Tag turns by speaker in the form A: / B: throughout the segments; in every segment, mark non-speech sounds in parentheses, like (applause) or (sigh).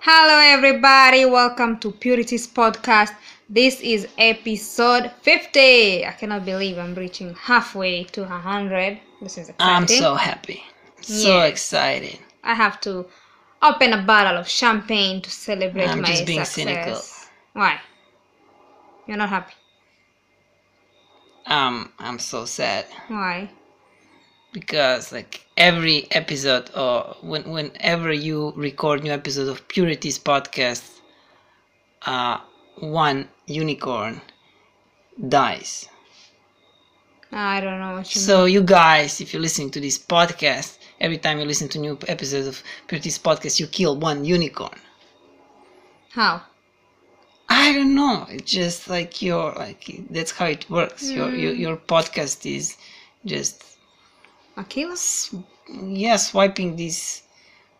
A: Hello, everybody. Welcome to Purity's podcast. This is episode 50. I cannot believe I'm reaching halfway to 100. This is exciting.
B: I'm so happy. So
A: Yeah.
B: excited.
A: I have to open a bottle of champagne to celebrate
B: I'm
A: my
B: just being
A: success.
B: cynical.
A: Why? You're not happy.
B: Um, I'm so sad
A: Why?
B: because like every episode or when whenever you record new episode of Purity's podcast, uh, one unicorn dies.
A: I don't know what you
B: So you guys, if you're listening to this podcast, every time you listen to new episodes of Purity's podcast, you kill one unicorn.
A: mean. How?
B: I don't know. It's just like your like that's how it works. Your, your your podcast is just
A: Aquila?
B: s- yeah swiping these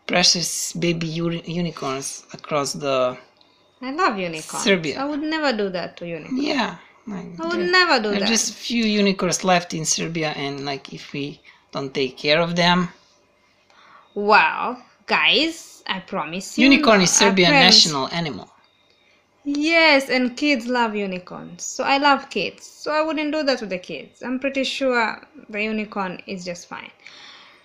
B: precious baby uni- unicorns across the
A: I love unicorns.
B: Serbia.
A: I would never do that to unicorns.
B: yeah. Like,
A: I would
B: there-
A: never do
B: there
A: Oh,
B: are
A: that.
B: just few unicorns left in Serbia, and like if we don't take care of them,
A: Well, guys, I promise you.
B: unicorn is
A: I
B: Serbian
A: promise
B: national animal.
A: Yes, and kids love unicorns. So I love kids. So I wouldn't do that to the kids. I'm pretty sure the unicorn is just fine.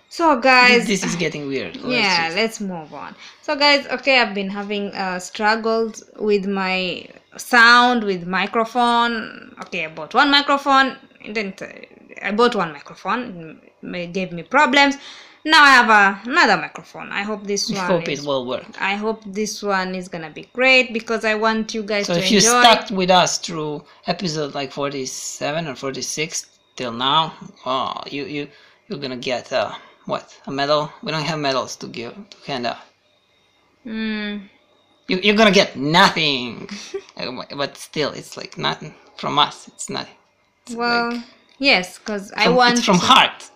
A: So guys,
B: This, this is getting weird. Let's
A: yeah,
B: just-
A: let's move on. So guys, okay, I've been having uh, struggles with my sound with microphone. Okay, I bought one microphone. It didn't. Uh, I bought one microphone. It gave me problems. Now I have a, another microphone. I hope this
B: we
A: one.
B: hope
A: is
B: it will work.
A: I hope this one is gonna be great because I want you guys
B: So
A: to
B: if
A: enjoy.
B: you stuck with us through episode like 47 or 46 till now, oh, you you you're gonna get uh what a medal? We don't have medals to give to hand out.
A: Mm,
B: You you're gonna get nothing. (laughs) Uh, but still, it's like nothing from us. It's nothing. It's
A: well,
B: like
A: yes, because I
B: from-
A: want
B: it's from heart.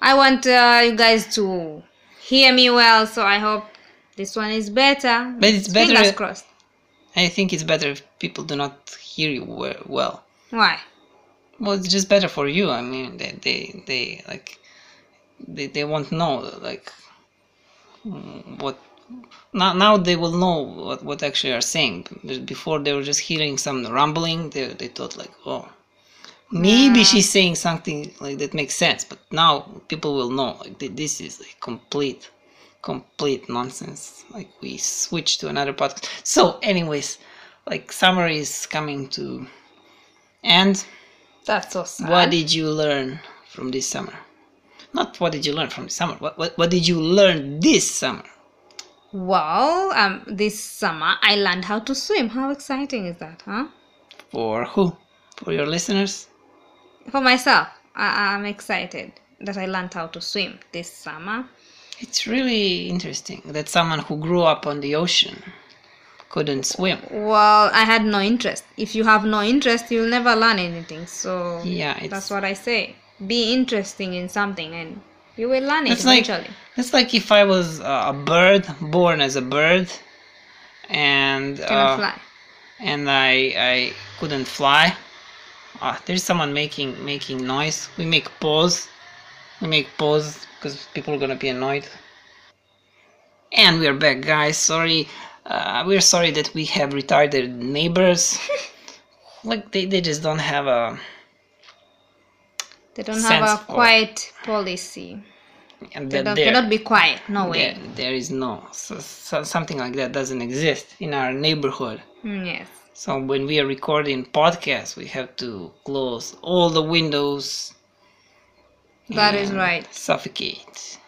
A: I want uh, you guys to hear me well. So I hope this one is better.
B: But it's better-
A: Fingers crossed.
B: I think it's better if people do not hear you we- well.
A: Why?
B: Well, it's just better for you. I mean, they they, they like they, they won't know like mm, what now now they will know what what actually are saying. Be- Before they were just hearing some rumbling. They they thought like oh. Maybe she's saying something like that makes sense, but now people will know like th- this is like complete, complete nonsense. Like we switch to another podcast. So, anyways, like summer is coming to end.
A: That's so sad.
B: What did you learn from this summer? Not what did you learn from this summer. What, what, what did you learn this summer?
A: Well, um, this summer I learned how to swim. How exciting is that, huh?
B: For who? For your listeners?
A: For myself, I- I'm excited that I learned how to swim this summer.
B: It's really interesting that someone who grew up on the ocean couldn't swim.
A: Well, I had no interest. If you have no interest, you'll never learn anything. So
B: Yeah, it's
A: that's what I say. Be interesting in something, and you will learn it
B: That's like
A: eventually.
B: that's like if I was uh, a bird born as a bird, and
A: Cannot
B: uh,
A: fly.
B: and I I couldn't fly. Ah, there's someone making making noise. We make pause. We make pause because people are gonna be annoyed. And we're back, guys. Sorry, uh, we're sorry that we have retarded neighbors. (laughs) like they, they just don't have a
A: They don't have
B: sense
A: a
B: or-
A: quiet policy.
B: and
A: They
B: that
A: don't,
B: they're-
A: cannot be quiet. No way.
B: there, there is no so, so, something like that doesn't exist in our neighborhood.
A: Mm, yes.
B: So when we are recording podcasts, we have to close all the windows.
A: That is
B: and
A: right.
B: Suffocate.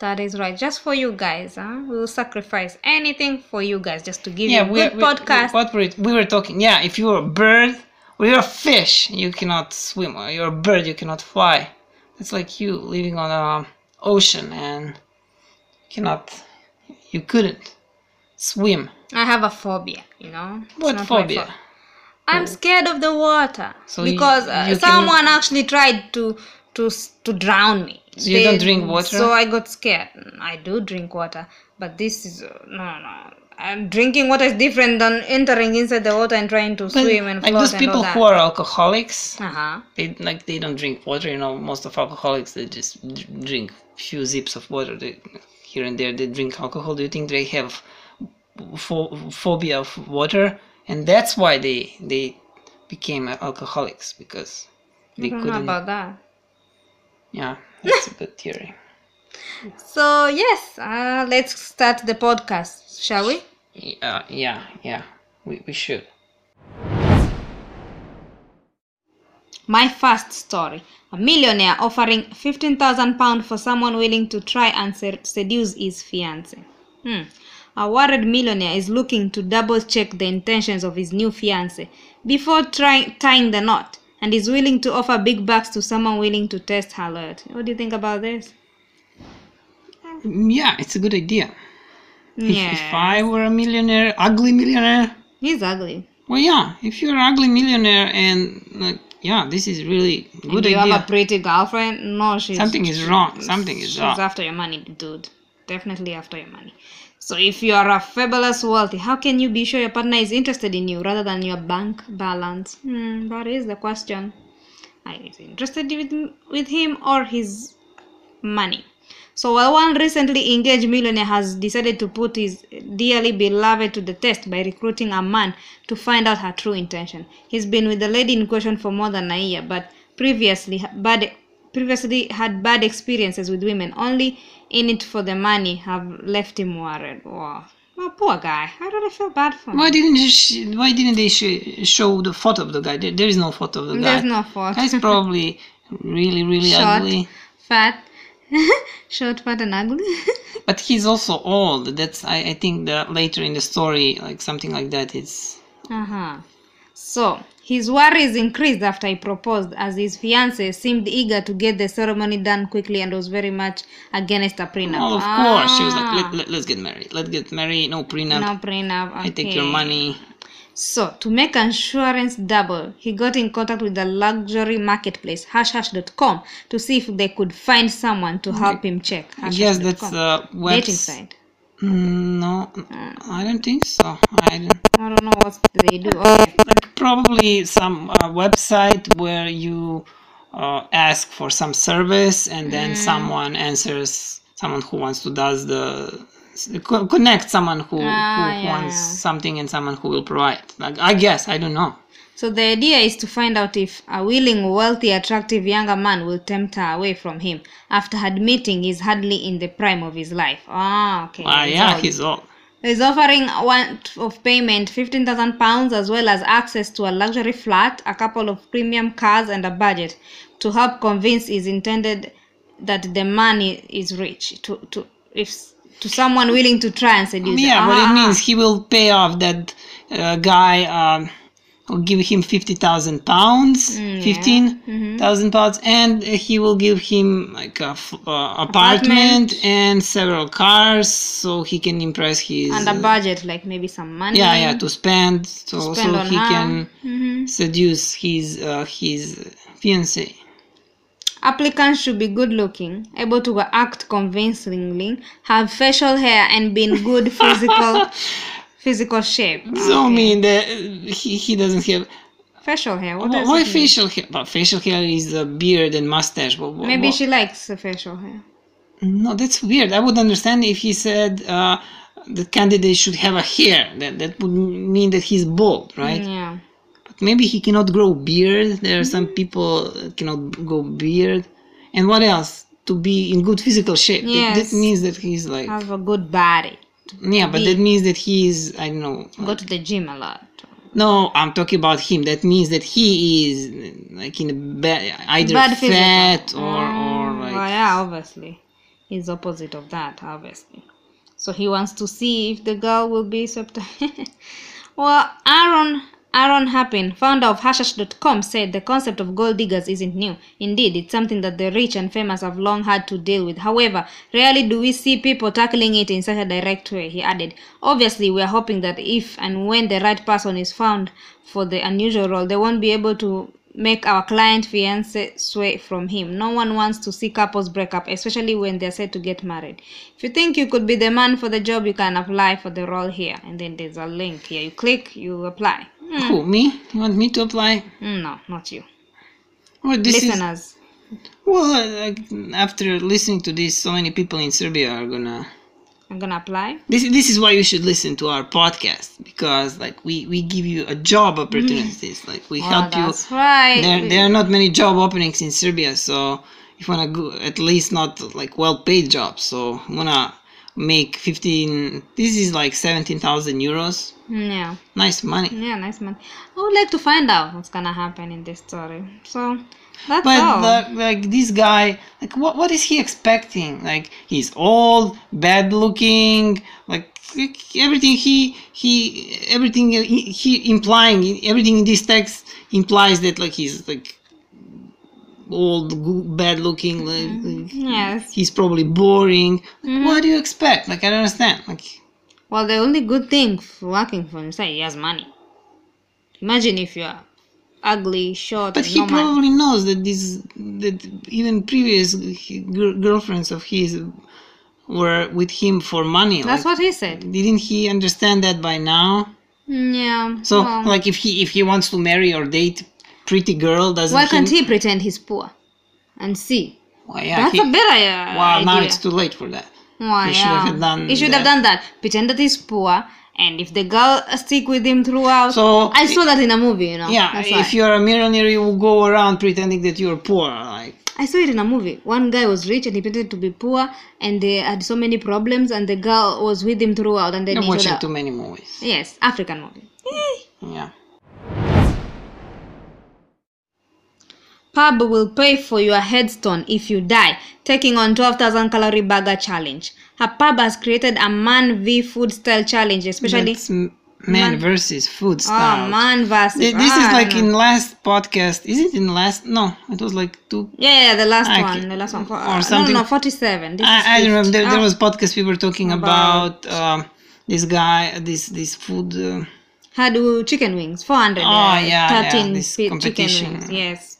A: That is right. Just for you guys, huh? We will sacrifice anything for you guys just to give
B: Yeah,
A: you a
B: we,
A: good
B: we
A: podcast.
B: What were it- we were talking? Yeah, if you're a bird or you're a fish, you cannot swim. Or you're a bird, you cannot fly. It's like you living on a ocean and cannot, you couldn't swim.
A: I have a phobia, you know. It's
B: What
A: not my
B: phobia?
A: fault. I'm scared of the water
B: So you-
A: because uh,
B: you
A: someone actually tried to to s- to drown me.
B: So you don't drink water?
A: So I got scared. Mm, I do drink water, but this is uh, no no. And drinking water is different than entering inside the water and trying to
B: But,
A: swim and
B: like
A: float
B: those
A: and
B: people
A: all that.
B: who are alcoholics
A: uh huh.
B: they like they don't drink water you know most of alcoholics they just dr- drink few zips of water they, here and there they drink alcohol do you think they have pho- phobia of water, and that's why they they became alcoholics because they
A: I don't know
B: couldn't.
A: Mm-hmm, about that.
B: Yeah, that's a good theory.
A: So yes, uh, let's start the podcast, shall we?
B: Yeah, yeah, yeah. We we should.
A: My first story. A millionaire offering £15,000 for someone willing to try and se- seduce his fiancée. Hmm. A worried millionaire is looking to double check the intentions of his new fiancée before trying tying the knot and is willing to offer big bucks to someone willing to test her loyalty. What do you think about this?
B: Mm, Yeah, it's a good idea.
A: Yeah.
B: If, if I were a millionaire, ugly millionaire,
A: He's ugly.
B: well, yeah. If you're an ugly millionaire and like, yeah, this is really good
A: Do you
B: idea.
A: have a pretty girlfriend? No, she's
B: Something is wrong. Something is
A: She's
B: wrong.
A: after your money, dude. Definitely after your money. So if you are a fabulous wealthy, how can you be sure your partner is interested in you rather than your bank balance? Hmm, that is the question. Are you interested with, with him or his money? So while one recently engaged millionaire has decided to put his dearly beloved to the test by recruiting a man to find out her true intention. He's been with the lady in question for more than a year, but previously ha- bad previously had bad experiences with women. Only in it for the money have left him worried. Wow. Oh, poor guy. I really feel bad for him.
B: Why didn't you sh- why didn't they sh- show the photo of the guy? There, there is no photo of the guy.
A: There's no fault. (laughs)
B: Guy's probably really really
A: Short,
B: ugly,
A: fat, (laughs) short, fat, and ugly. (laughs)
B: but he's also old. That's I, I think that later in the story, like something like that is.
A: Uh-huh. So his worries increased after he proposed, as his fiancée seemed eager to get the ceremony done quickly and was very much against a prenup.
B: Oh, of course, she was like,
A: Ah.
B: let, let, let's get married. Let's get married. No prenup.
A: No prenup. Okay.
B: I take your money.
A: So, to make insurance double, he got in contact with the luxury marketplace hashhash.com to see if they could find someone to help him check.
B: I guess that's
A: hashhash.com.
B: uh, webs-
A: dating site. Ah.
B: Mm, No, I don't think so. I don't.
A: I don't know what they do. Okay.
B: like probably some uh, website where you uh, ask for some service and then
A: Mm-hmm.
B: someone answers someone who wants to does the co- connect someone who,
A: Ah,
B: who
A: yeah,
B: wants
A: yeah.
B: something and someone who will provide like i guess i don't know
A: So the idea is to find out if a willing, wealthy, attractive younger man will tempt her away from him after admitting he's hardly in the prime of his life. Ah, okay.
B: Ah,
A: It's
B: yeah
A: all-
B: he's old
A: is offering one of payment fifteen thousand pounds as well as access to a luxury flat, a couple of premium cars, and a budget to help convince is intended that the man i- is rich to to if s- to someone willing to try and seduce. her.
B: yeah but
A: Ah,
B: it means he will pay off that uh, guy um will give him 50000
A: Mm,
B: pounds
A: Mm-hmm.
B: 15000 pounds and he will give him like a f- uh, apartment, and several cars so he can impress his
A: ah.
B: uh,
A: and a budget like maybe some money.
B: yeah yeah to spend so,
A: spend
B: so
A: on
B: he
A: her. Mm-hmm.
B: can seduce his uh, his fiancee
A: Applicants should be good looking, able to act convincingly, have facial hair, and be in good physical physical shape.
B: so I mean that uh, he, he doesn't have
A: Facial hair. What
B: why,
A: does
B: why
A: it mean?
B: facial hair but facial hair is a beard and mustache but, but,
A: Maybe she likes the facial hair.
B: No, that's weird. I would understand if he said uh, the candidate should have a hair. That that would mean that he's bald, right?
A: Yeah.
B: But maybe he cannot grow beard. There are
A: Mm-hmm.
B: some people that cannot grow beard. And what else? To be in good physical shape. That- That,
A: Yes.
B: means that he's like
A: Have a good body.
B: yeah, but
A: be-
B: that means that he is I don't know.
A: Go to the gym a lot.
B: No, I'm talking about him. That means that he is like in a bad, either
A: Bad physical.
B: fat or or
A: Mm,
B: like
A: well, yeah, obviously. He's opposite of that, obviously. So he wants to see if the girl will be swept. (laughs) well, Aaron Aaron Happin, founder of Hashash.com, said the concept of gold diggers isn't new. Indeed, it's something that the rich and famous have long had to deal with. However, rarely do we see people tackling it in such a direct way, he added. Obviously, we are hoping that if and when the right person is found for the unusual role, they won't be able to make our client fiance sway from him. No one wants to see couples break up, especially when they're set to get married. If you think you could be the man for the job, you can apply for the role here. And then there's a link here. You click, you apply. Mm,
B: who me? You want me to apply?
A: mm, no, not you.
B: Well, this is
A: Listeners.
B: Well, like, after listening to this, so many people in Serbia are gonna
A: I'm gonna apply.
B: This this is why you should listen to our podcast because like we we give you a job opportunities. Like we
A: Ah,
B: help you.
A: that's right.
B: There there are not many job openings in Serbia, so you wanna go at least not like well paid jobs. So you wanna make fifteen. This is like seventeen thousand euros.
A: yeah.
B: Nice money.
A: Yeah, nice man. I would like to find out what's gonna happen in this story. So that's all.
B: But like, like this guy, like what what is he expecting? Like he's old, bad looking, like like, everything he he everything he he implying everything in this text implies that like he's like old, goo- bad looking, like,
A: Mm-hmm.
B: like,
A: yes.
B: he's probably boring. Like,
A: Mm-hmm.
B: What do you expect? Like I don't understand. Like
A: Well, the only good thing for working for himself, he has money. Imagine if you're ugly, short,
B: But
A: and
B: he
A: no money.
B: probably knows that this that even previous he- gir- girlfriends of his were with him for money.
A: That's
B: like,
A: what he said.
B: didn't he understand that by now?
A: Yeah.
B: Mm, So uh,
A: well,
B: like if he if he wants to marry or date pretty girl, doesn't
A: why
B: he?
A: can't he pretend he's poor and see?
B: Well, yeah,
A: That's
B: he-
A: a better uh,
B: well,
A: idea.
B: now it's too late for that.
A: Why,
B: He should have
A: yeah.
B: done
A: He should have
B: that.
A: done that. Pretend that he's poor, and if the girl uh, stick with him throughout.
B: So-
A: I saw that in a movie, you know.
B: Yeah,
A: That's why.
B: if you're a millionaire, you will go around pretending that you're poor. Like
A: I saw it in a movie. One guy was rich and he pretended to be poor, and they had so many problems, and the girl was with him throughout, and then
B: you're
A: he showed
B: watching
A: up.
B: too many movies.
A: Yes, African movie.
B: Yeah.
A: Pub will pay for your headstone if you die, taking on 12,000 calorie burger challenge. Her pub has created a man v food style challenge, especially.
B: That's m- man, versus food style.
A: Oh, man versus.
B: Th- This
A: ah,
B: is
A: I
B: like
A: don't know.
B: in last podcast. Is it in last? No, it was like two.
A: Yeah, yeah, the last
B: Okay.
A: one, the last one. For,
B: Or
A: uh,
B: something-
A: No, no, no, 47. This is
B: I, I don't remember.
A: 50.
B: There, there
A: Oh,
B: was podcast we were talking
A: About-
B: about, um, this guy, this this food. Uh,
A: Had uh, chicken wings, 400.
B: Oh,
A: uh,
B: yeah, yeah,
A: 13
B: this
A: pi-
B: competition.
A: chicken wings. Yes.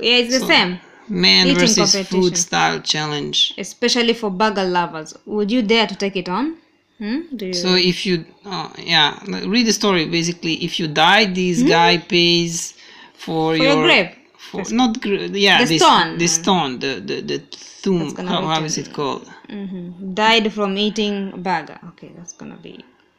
A: Yeah, it's the same.
B: man
A: Eating
B: versus
A: competition.
B: food style challenge.
A: Especially for burger lovers. Would you dare to take it on? Hmm? Do you?
B: So if you, oh, yeah, like, read the story. Basically, if you die, this guy pays for,
A: Hmm? your grave.
B: For, not grave. Yeah,
A: The
B: this
A: stone.
B: The stone. The the the tomb.
A: gonna
B: How,
A: be
B: how
A: ten-
B: is it called?
A: Mhm. Died from eating burger. Okay, that's gonna be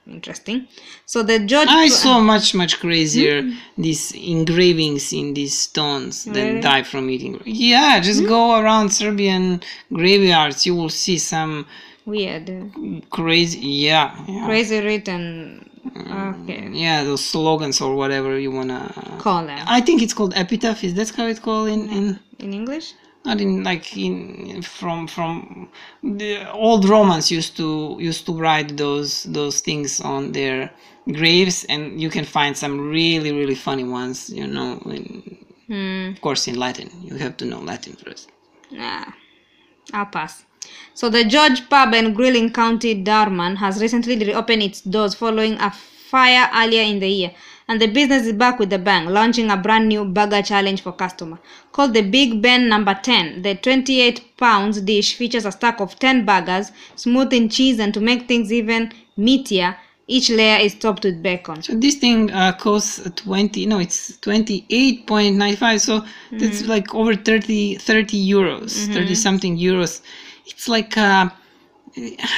A: interesting. So the judge.
B: I saw much much crazier
A: Hmm?
B: these engravings in these stones than die from eating. Yeah, just
A: Hmm?
B: go around Serbian graveyards. You will see some
A: Weird. uh,
B: crazy. Yeah, yeah,
A: Crazy written.
B: Mm.
A: Okay.
B: yeah. Those slogans or whatever you wanna.
A: Call them.
B: I think it's called epitaph. Is that how it's called in in
A: In English?
B: not in like in from from the old Romans used to used to write those those things on their graves, and you can find some really really funny ones. You know, in,
A: Hmm.
B: of course in Latin. You have to know Latin first.
A: Nah, I'll pass. So the George Pub and Grill in County Durham has recently reopened its doors following a fire earlier in the year, and the business is back with the bang, launching a brand new burger challenge for customer called the Big Ben Number 10. The 28 pounds dish features a stack of 10 burgers, smooth in cheese, and to make things even meatier, each layer is topped with bacon.
B: So this thing uh, costs twenty. No, it's twenty eight point ninety five. So that's like over 30, 30 euros, thirty something euros. It's like. Uh,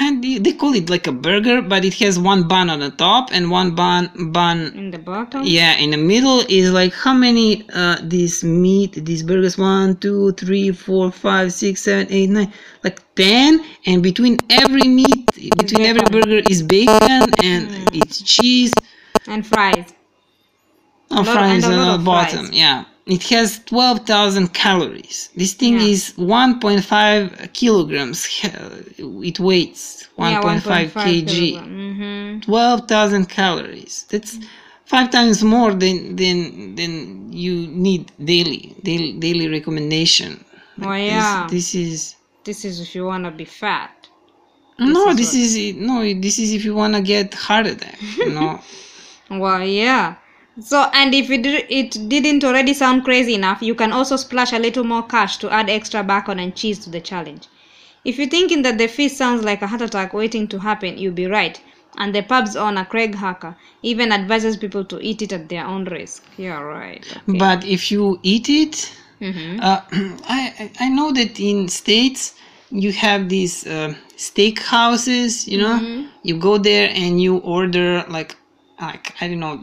B: and they they call it like a burger, but it has one bun on the top and one bun bun
A: In the bottom,
B: Yeah, in the middle is like how many uh these meat these burgers one, two, three, four, five, six, seven, eight, nine, like ten and between every meat between every burger is bacon and it's cheese
A: and fries.
B: or
A: lot-
B: fries
A: and a
B: on
A: lot
B: the
A: of
B: bottom.
A: fries.
B: Yeah. It has twelve thousand calories. This thing
A: Yeah.
B: is one point five kilograms. It weights one point five kg.
A: Mm-hmm.
B: twelve thousand calories.
A: Mm.
B: That's five times more than than than you need daily daily daily recommendation.
A: Oh, yeah.
B: This, this is
A: This is if you wanna be fat.
B: no. This is, no. This is if you wanna get heart attack. You
A: (laughs)
B: know.
A: Well, yeah. So, and if it, it didn't already sound crazy enough, you can also splash a little more cash to add extra bacon and cheese to the challenge. If you're thinking that the feast sounds like a heart attack waiting to happen, you'll be right. And the pub's owner, Craig Hacker, even advises people to eat it at their own risk. Yeah, right. Okay.
B: But if you eat it,
A: Mhm.
B: (clears throat) uh, I I- I know that in states you have these uh, steak houses you know you go there and you order like like i don't know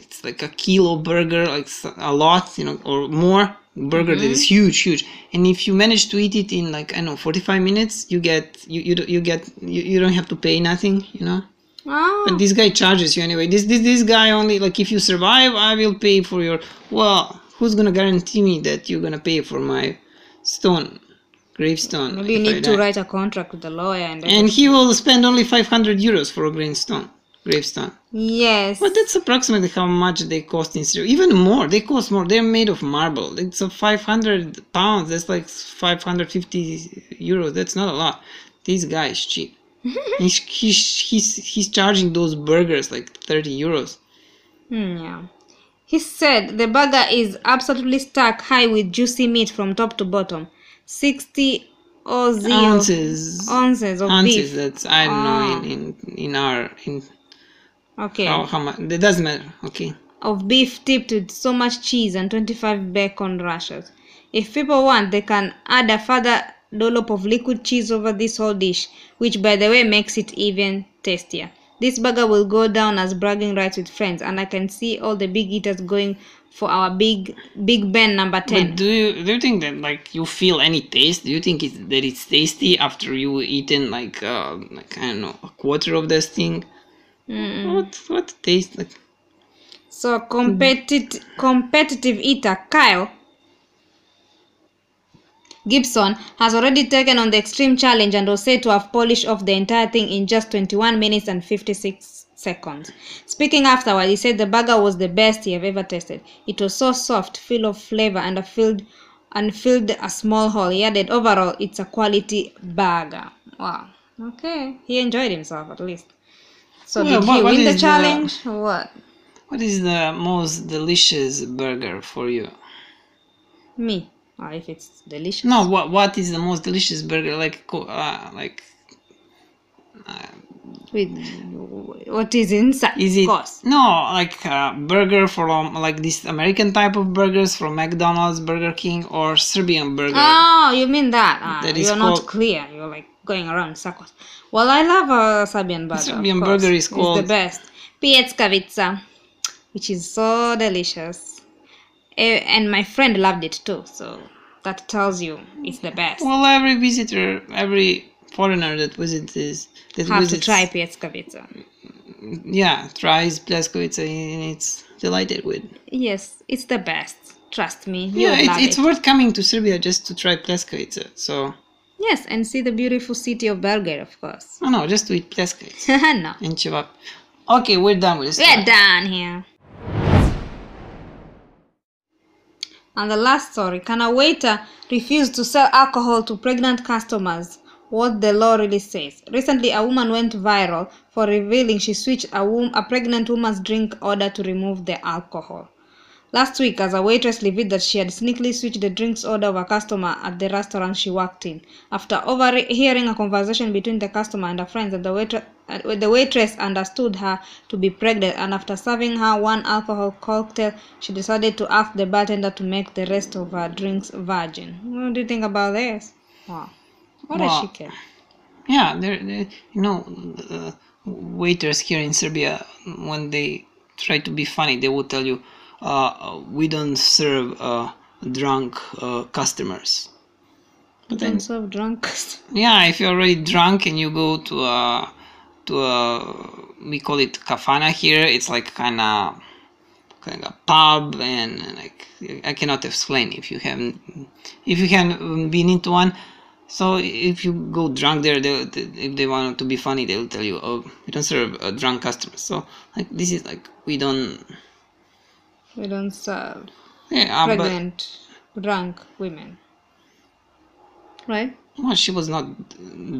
B: it's like a kilo burger like s- a lot you know or more burger that is huge huge and if you manage to eat it in like i don't know 45 minutes you get you you, don't- you get you, you don't have to pay nothing you know
A: Oh,
B: but this guy charges you anyway. This this this guy only like if you survive, I will pay for your. Well, who's gonna guarantee me that you're gonna pay for my stone, gravestone?
A: maybe you
B: if I
A: need to
B: die?
A: write a contract with the lawyer and,
B: And he will spend only 500 euros for a gravestone. Gravestone.
A: yes.
B: But that's approximately how much they cost in Syria. Even more. They cost more. They're made of marble. It's a 500 pounds. That's like 550 euros. That's not a lot. This guy is
A: (laughs)
B: cheap. he's, he's, he's, he's charging those burgers like 30 euros.
A: Hmm, yeah. He said the burger is absolutely stack high with juicy meat from top to bottom. 60 or zero
B: Ounces.
A: ounces um, of
B: Ounces.
A: beef.
B: That's, I don't
A: Ah.
B: know, in, in, in our. In,
A: Okay.
B: how, how much. That doesn't matter. Okay.
A: Of beef tipped with so much cheese and 25 bacon rashers. If people want, they can add a further dollop of liquid cheese over this whole dish, which by the way makes it even tastier. This burger will go down as bragging rights with friends, and I can see all the big eaters going for our big Big Ben number 10.
B: But do you do you think that like you feel any taste? Do you think it's, that it's tasty after you eaten like uh, like I don't know a quarter of this thing? What what taste like?
A: So a competit- competitive eater Kyle Gibson has already taken on the extreme challenge and was said to have polished off the entire thing in just 21 minutes and 56 seconds. Speaking afterward, he said the burger was the best he have ever tasted. It was so soft, full of flavor, and a filled and filled a small hole. He added, "Overall, it's a quality burger." Wow. Okay, he enjoyed himself at least. So
B: Well,
A: did
B: what-
A: he
B: what
A: win the
B: is the-
A: challenge? or What?
B: What is the most delicious burger for you?
A: me or if it's delicious
B: No, what what is the most delicious burger like co- uh, like
A: with what is inside
B: is it
A: of course
B: no like uh, burger from like this American type of burgers from McDonald's, Burger King, or Serbian burger?
A: oh you mean that, ah,
B: That is
A: you're not
B: called-
A: clear you're like going around in circles well i love a serbian burger of
B: Serbian
A: course.
B: burger is
A: it's
B: called-
A: the best pieckavica which is so delicious Eh, and my friend loved it too so that tells you it's the best
B: Well, every visitor, every foreigner that visits is that
A: have to
B: visits,
A: try pieckavica
B: yeah, tries Pleskovica and it's delighted with.
A: yes it's the best trust me
B: Yeah,
A: you
B: it's,
A: love
B: it's
A: it.
B: worth coming to Serbia just to try Pleskovica. So
A: yes and see the beautiful city of belgrade of course (laughs)
B: no, no, just to eat Pleskovica
A: no
B: and kebab. Okay, we're done with this.
A: We're
B: story.
A: done here. And the last story Can a waiter refuse to sell alcohol to pregnant customers? What the law really says. Recently, a woman went viral for revealing she switched a, wom- a pregnant woman's drink order to remove the alcohol. Last week, as a waitress revealed that she had sneakily switched the drinks order of a customer at the restaurant she worked in. After overhearing a conversation between the customer and her friends, the, waitre- uh, the waitress understood her to be pregnant, and after serving her one alcohol cocktail, she decided to ask the bartender to make the rest of her drinks virgin. What do you think about this? Wow. What does
B: Wow.
A: she care?
B: Yeah, there, there- you know, uh, waiters here in Serbia, when they try to be funny, they will tell you, uh, "We don't serve uh, drunk uh, customers." But then
A: Drinks of drunk.
B: Yeah, if you're already drunk and you go to a to a we call it kafana here. It's like kind of kind of pub and like I cannot explain if you haven't if you haven't been into one. So if you go drunk there, they, they- if they want to be funny, they'll tell you, "Oh, we don't serve uh, drunk customers." So like this is like we don't.
A: (laughs) We don't serve
B: Yeah, uh, but
A: pregnant, drunk women. Right?
B: well, she was not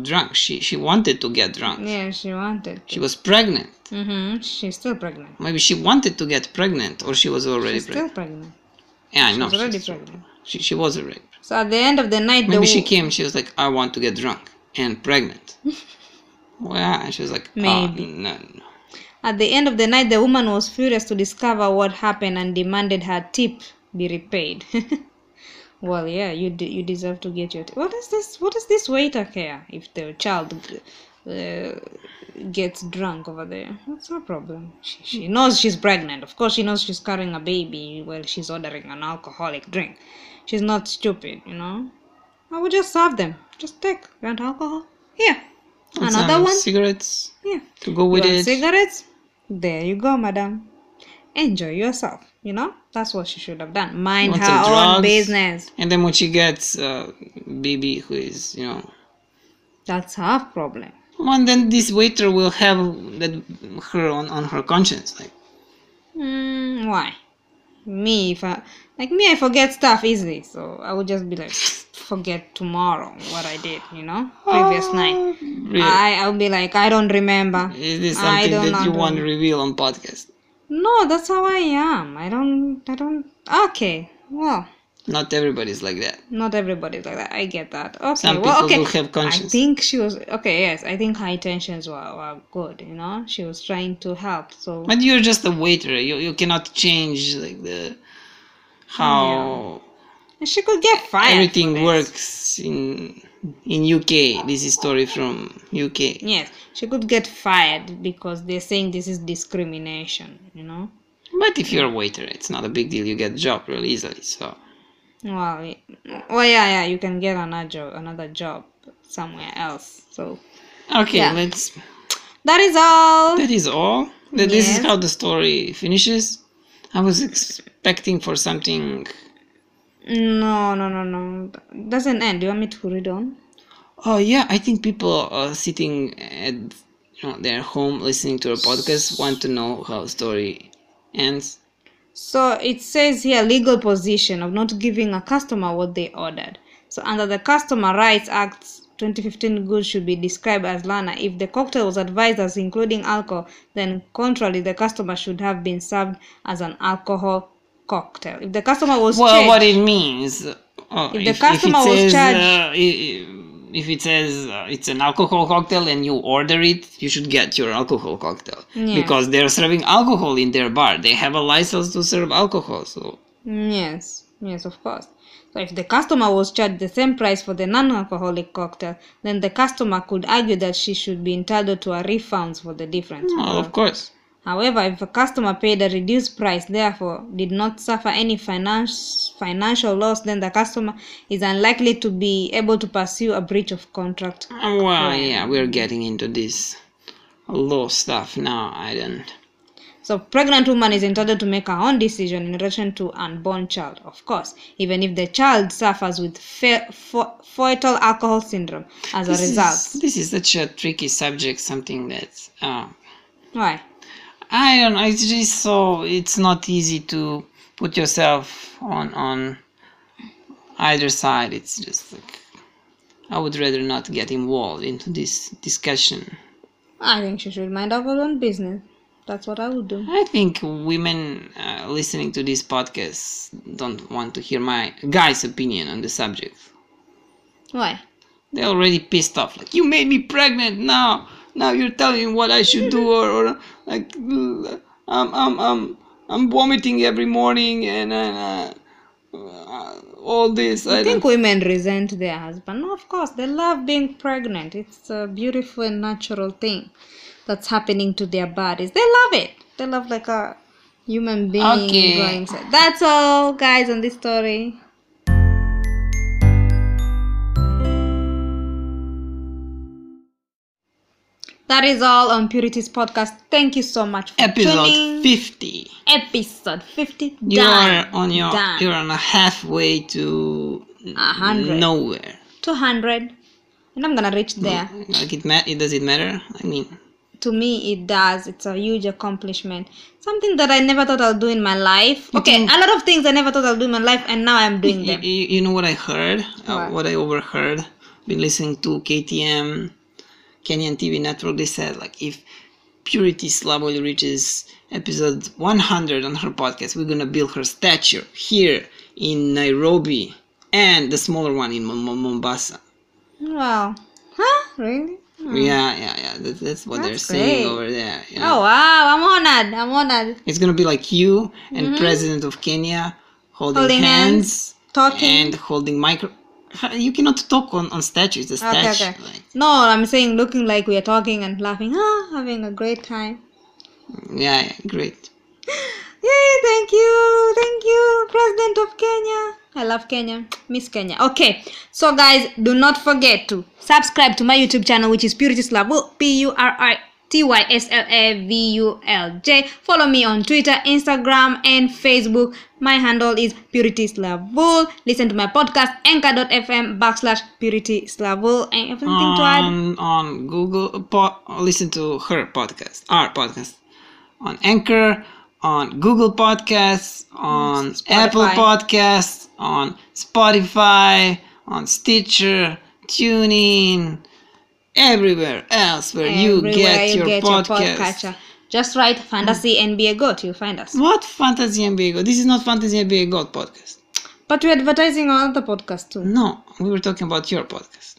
B: drunk. She she wanted to get drunk.
A: Yeah, she wanted.
B: She was pregnant.
A: Mm-hmm. She's still pregnant.
B: Maybe she wanted to get pregnant, or she was already
A: She's still pregnant.
B: pregnant. Yeah, I know.
A: She's already
B: she's-
A: pregnant.
B: She, she was already.
A: So at the end of the night,
B: Maybe
A: the
B: she
A: wo-
B: came. She was like, I want to get drunk and
A: (laughs)
B: pregnant. well, and she was like,
A: Maybe.
B: Maybe. no, no.
A: at the end of the night, the woman was furious to discover what happened and demanded her tip be repaid. (laughs) Well, yeah, you de- you deserve to get your. T- what is this? What is this waiter care if the child uh, gets drunk over there? That's her problem. She, she knows she's pregnant. Of course, she knows she's carrying a baby while she's ordering an alcoholic drink. She's not stupid, you know. I would just serve them. Just take. You want alcohol? Here.
B: And
A: Another
B: some
A: one?
B: Cigarettes
A: Yeah.
B: to go with
A: you want
B: it.
A: cigarettes? There you go, madam. Enjoy yourself. You know, that's what she should have done. Mind
B: want
A: her
B: some
A: own
B: drugs?
A: business.
B: And then when she gets uh, baby, who is you know,
A: That's her problem.
B: one then this waiter will have that her on, on her conscience. Like
A: Mm, why? Me, if I like me, I forget stuff easily, so I would just be like, forget tomorrow what I did. You know, previous
B: Ah.
A: night.
B: really?
A: I I'll be like, I don't remember.
B: is this
A: I
B: something
A: don't
B: that you
A: know.
B: want to reveal on podcast?
A: No, that's how I am. I don't. I don't. Okay. Well.
B: Not everybody's like that.
A: not everybody's like that. I get that. Okay,
B: Some
A: well,
B: people
A: okay.
B: do have conscience.
A: I think she was okay. Yes, I think her intentions were, were good. You know, she was trying to help. So
B: But you're just a waiter. You you cannot change like the how
A: And she could get fired.
B: everything works in in UK. This is story from UK.
A: Yes, she could get fired because they're saying this is discrimination. You know.
B: But if you're a waiter, it's not a big deal. You get a job real easily. So
A: Well, it- well, yeah, yeah. You can get another job, another job somewhere else. So
B: okay,
A: Yeah.
B: let's.
A: that is all.
B: That is all. That this is
A: Yes.
B: how the story finishes. I was expecting for something.
A: No, no, no, no. Doesn't end. Do you want me to read on?
B: Oh yeah, I think people are sitting at you know, their home listening to a podcast want to know how story ends.
A: So it says here legal position of not giving a customer what they ordered. So under the Customer Rights Act 2015 goods should be described as Lana. If the cocktail was advised as including alcohol, then contrary the customer should have been served as an alcohol cocktail. If the customer was
B: Well,
A: charged,
B: what it means. Oh,
A: If the customer was
B: says,
A: charged-
B: uh, i- i- if it says uh, it's an alcohol cocktail and you order it, you should get your alcohol cocktail
A: Yeah.
B: because they're serving alcohol in their bar. They have a license to serve alcohol, so
A: Yes, yes, of course. So if the customer was charged the same price for the non-alcoholic cocktail, then the customer could argue that she should be entitled to a refund for the difference.
B: well,
A: Well,
B: of course.
A: However, if a customer paid a reduced price, therefore did not suffer any finance, financial loss, then the customer is unlikely to be able to pursue a breach of contract.
B: Uh, Well, yeah, we're getting into this law stuff now. I don't.
A: So, pregnant woman is entitled to make her own decision in relation to unborn child, of course, even if the child suffers with fe- fo- fetal alcohol syndrome as a
B: This
A: result.
B: is, this is such a tricky subject. Something that. Uh,
A: Why?
B: I don't know. It's just so it's not easy to put yourself on on either side. It's just like I would rather not get involved into this discussion.
A: I think she should mind her own business. That's what I would do.
B: I think women uh, listening to this podcast don't want to hear my guy's opinion on the subject.
A: Why?
B: They're already pissed off. Like you made me pregnant now. Now you're telling me what I should do, or, or like l- I'm I'm I'm I'm vomiting every morning and uh, uh, all this. I
A: I
B: don't.
A: think women resent their husband. No, of course, they love being pregnant. It's a beautiful and natural thing that's happening to their bodies. They love it. They love like a human being
B: Okay.
A: going. so- That's all, guys, on this story. That is all on Purity's podcast. Thank you so much for
B: Episode
A: tuning.
B: fifty.
A: Episode fifty.
B: You are
A: Done.
B: on your.
A: Done.
B: You're on a halfway to
A: A hundred.
B: nowhere.
A: 200 and i'm gonna reach there
B: Like it, ma- it does it matter? I mean,
A: to me it does it's a huge accomplishment something that i never thought i'll do in my life okay a lot of things i never thought i'll do in my life and now i'm doing
B: you, (laughs)
A: them
B: you, you know what I heard? Uh,
A: What?
B: what I overheard? Been listening to KTM, Kenyan TV network. They said like if Purity Slavoli reaches episode 100 on her podcast, we're gonna build her statue here in Nairobi and the smaller one in Mom- Mom- Mombasa.
A: wow huh really
B: Yeah, yeah, yeah. That, that's what
A: Hmm. That's
B: they're saying
A: great.
B: over there. you know.
A: oh wow i'm honored i'm honored
B: It's gonna be like you and President of Kenya
A: Mm-hmm.
B: holding,
A: Holding
B: hands,
A: talking.
B: and holding micro. You cannot talk on, on statue. It's a
A: okay,
B: statue.
A: okay.
B: like,
A: No, I'm saying looking like we are talking and laughing, ah, having a great time.
B: yeah, yeah, great.
A: Yay, thank you, thank you, President of Kenya. I love Kenya, miss Kenya. Okay, so guys, do not forget to subscribe to my YouTube channel, which is Purity Slavu, P U R I T Y S L A V U L J. Follow me on Twitter, Instagram, and Facebook. My handle is Purity Slavul. Listen to my podcast, anchor.fm backslash Purity Slavul. And everything to add.
B: On, on Google, po- listen to her podcast, our podcast, on Anchor, on Google Podcasts, on Apple
A: Spotify.
B: Podcasts, on Spotify, on Stitcher, TuneIn, everywhere else where you
A: Everywhere
B: get, your, podcast.
A: podcatcher. Just write fantasy and be a goat. You'll find us.
B: What Fantasy NBA God? This is not Fantasy NBA God podcast.
A: But we're advertising on other podcasts too. Oh.
B: No, we were talking about your podcast.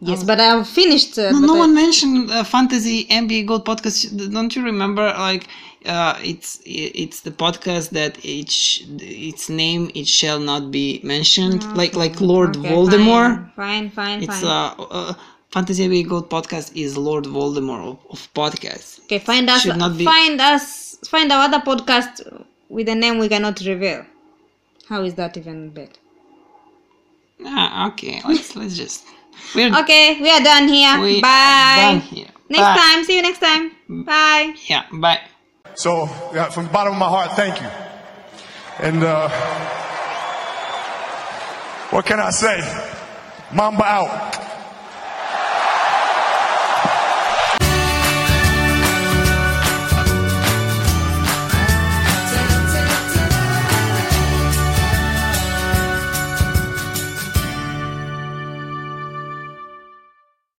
A: Yes, but I've finished. Uh,
B: No, no
A: but I-
B: one mentioned uh, fantasy NBA gold podcast. Don't you remember? Like, uh, it's it's the podcast that each its name it shall not be mentioned. Like like Lord
A: Okay,
B: Voldemort.
A: Fine, fine, fine.
B: It's
A: fine.
B: uh, uh fantasy NBA gold podcast is Lord Voldemort of, of podcasts.
A: okay, find us.
B: should not be-
A: Find us. Find our other podcast with a name we cannot reveal. How is that even bad?
B: Ah, okay. Let's let's just (laughs) we're
A: Okay, we are done here.
B: we are
A: Bye.
B: done here.
A: Next
B: Bye. Mm.
A: time. See you next time. Bye.
B: Yeah. Bye.
C: So, yeah, from the bottom of my heart, thank you. And uh, what can I say? Mamba out.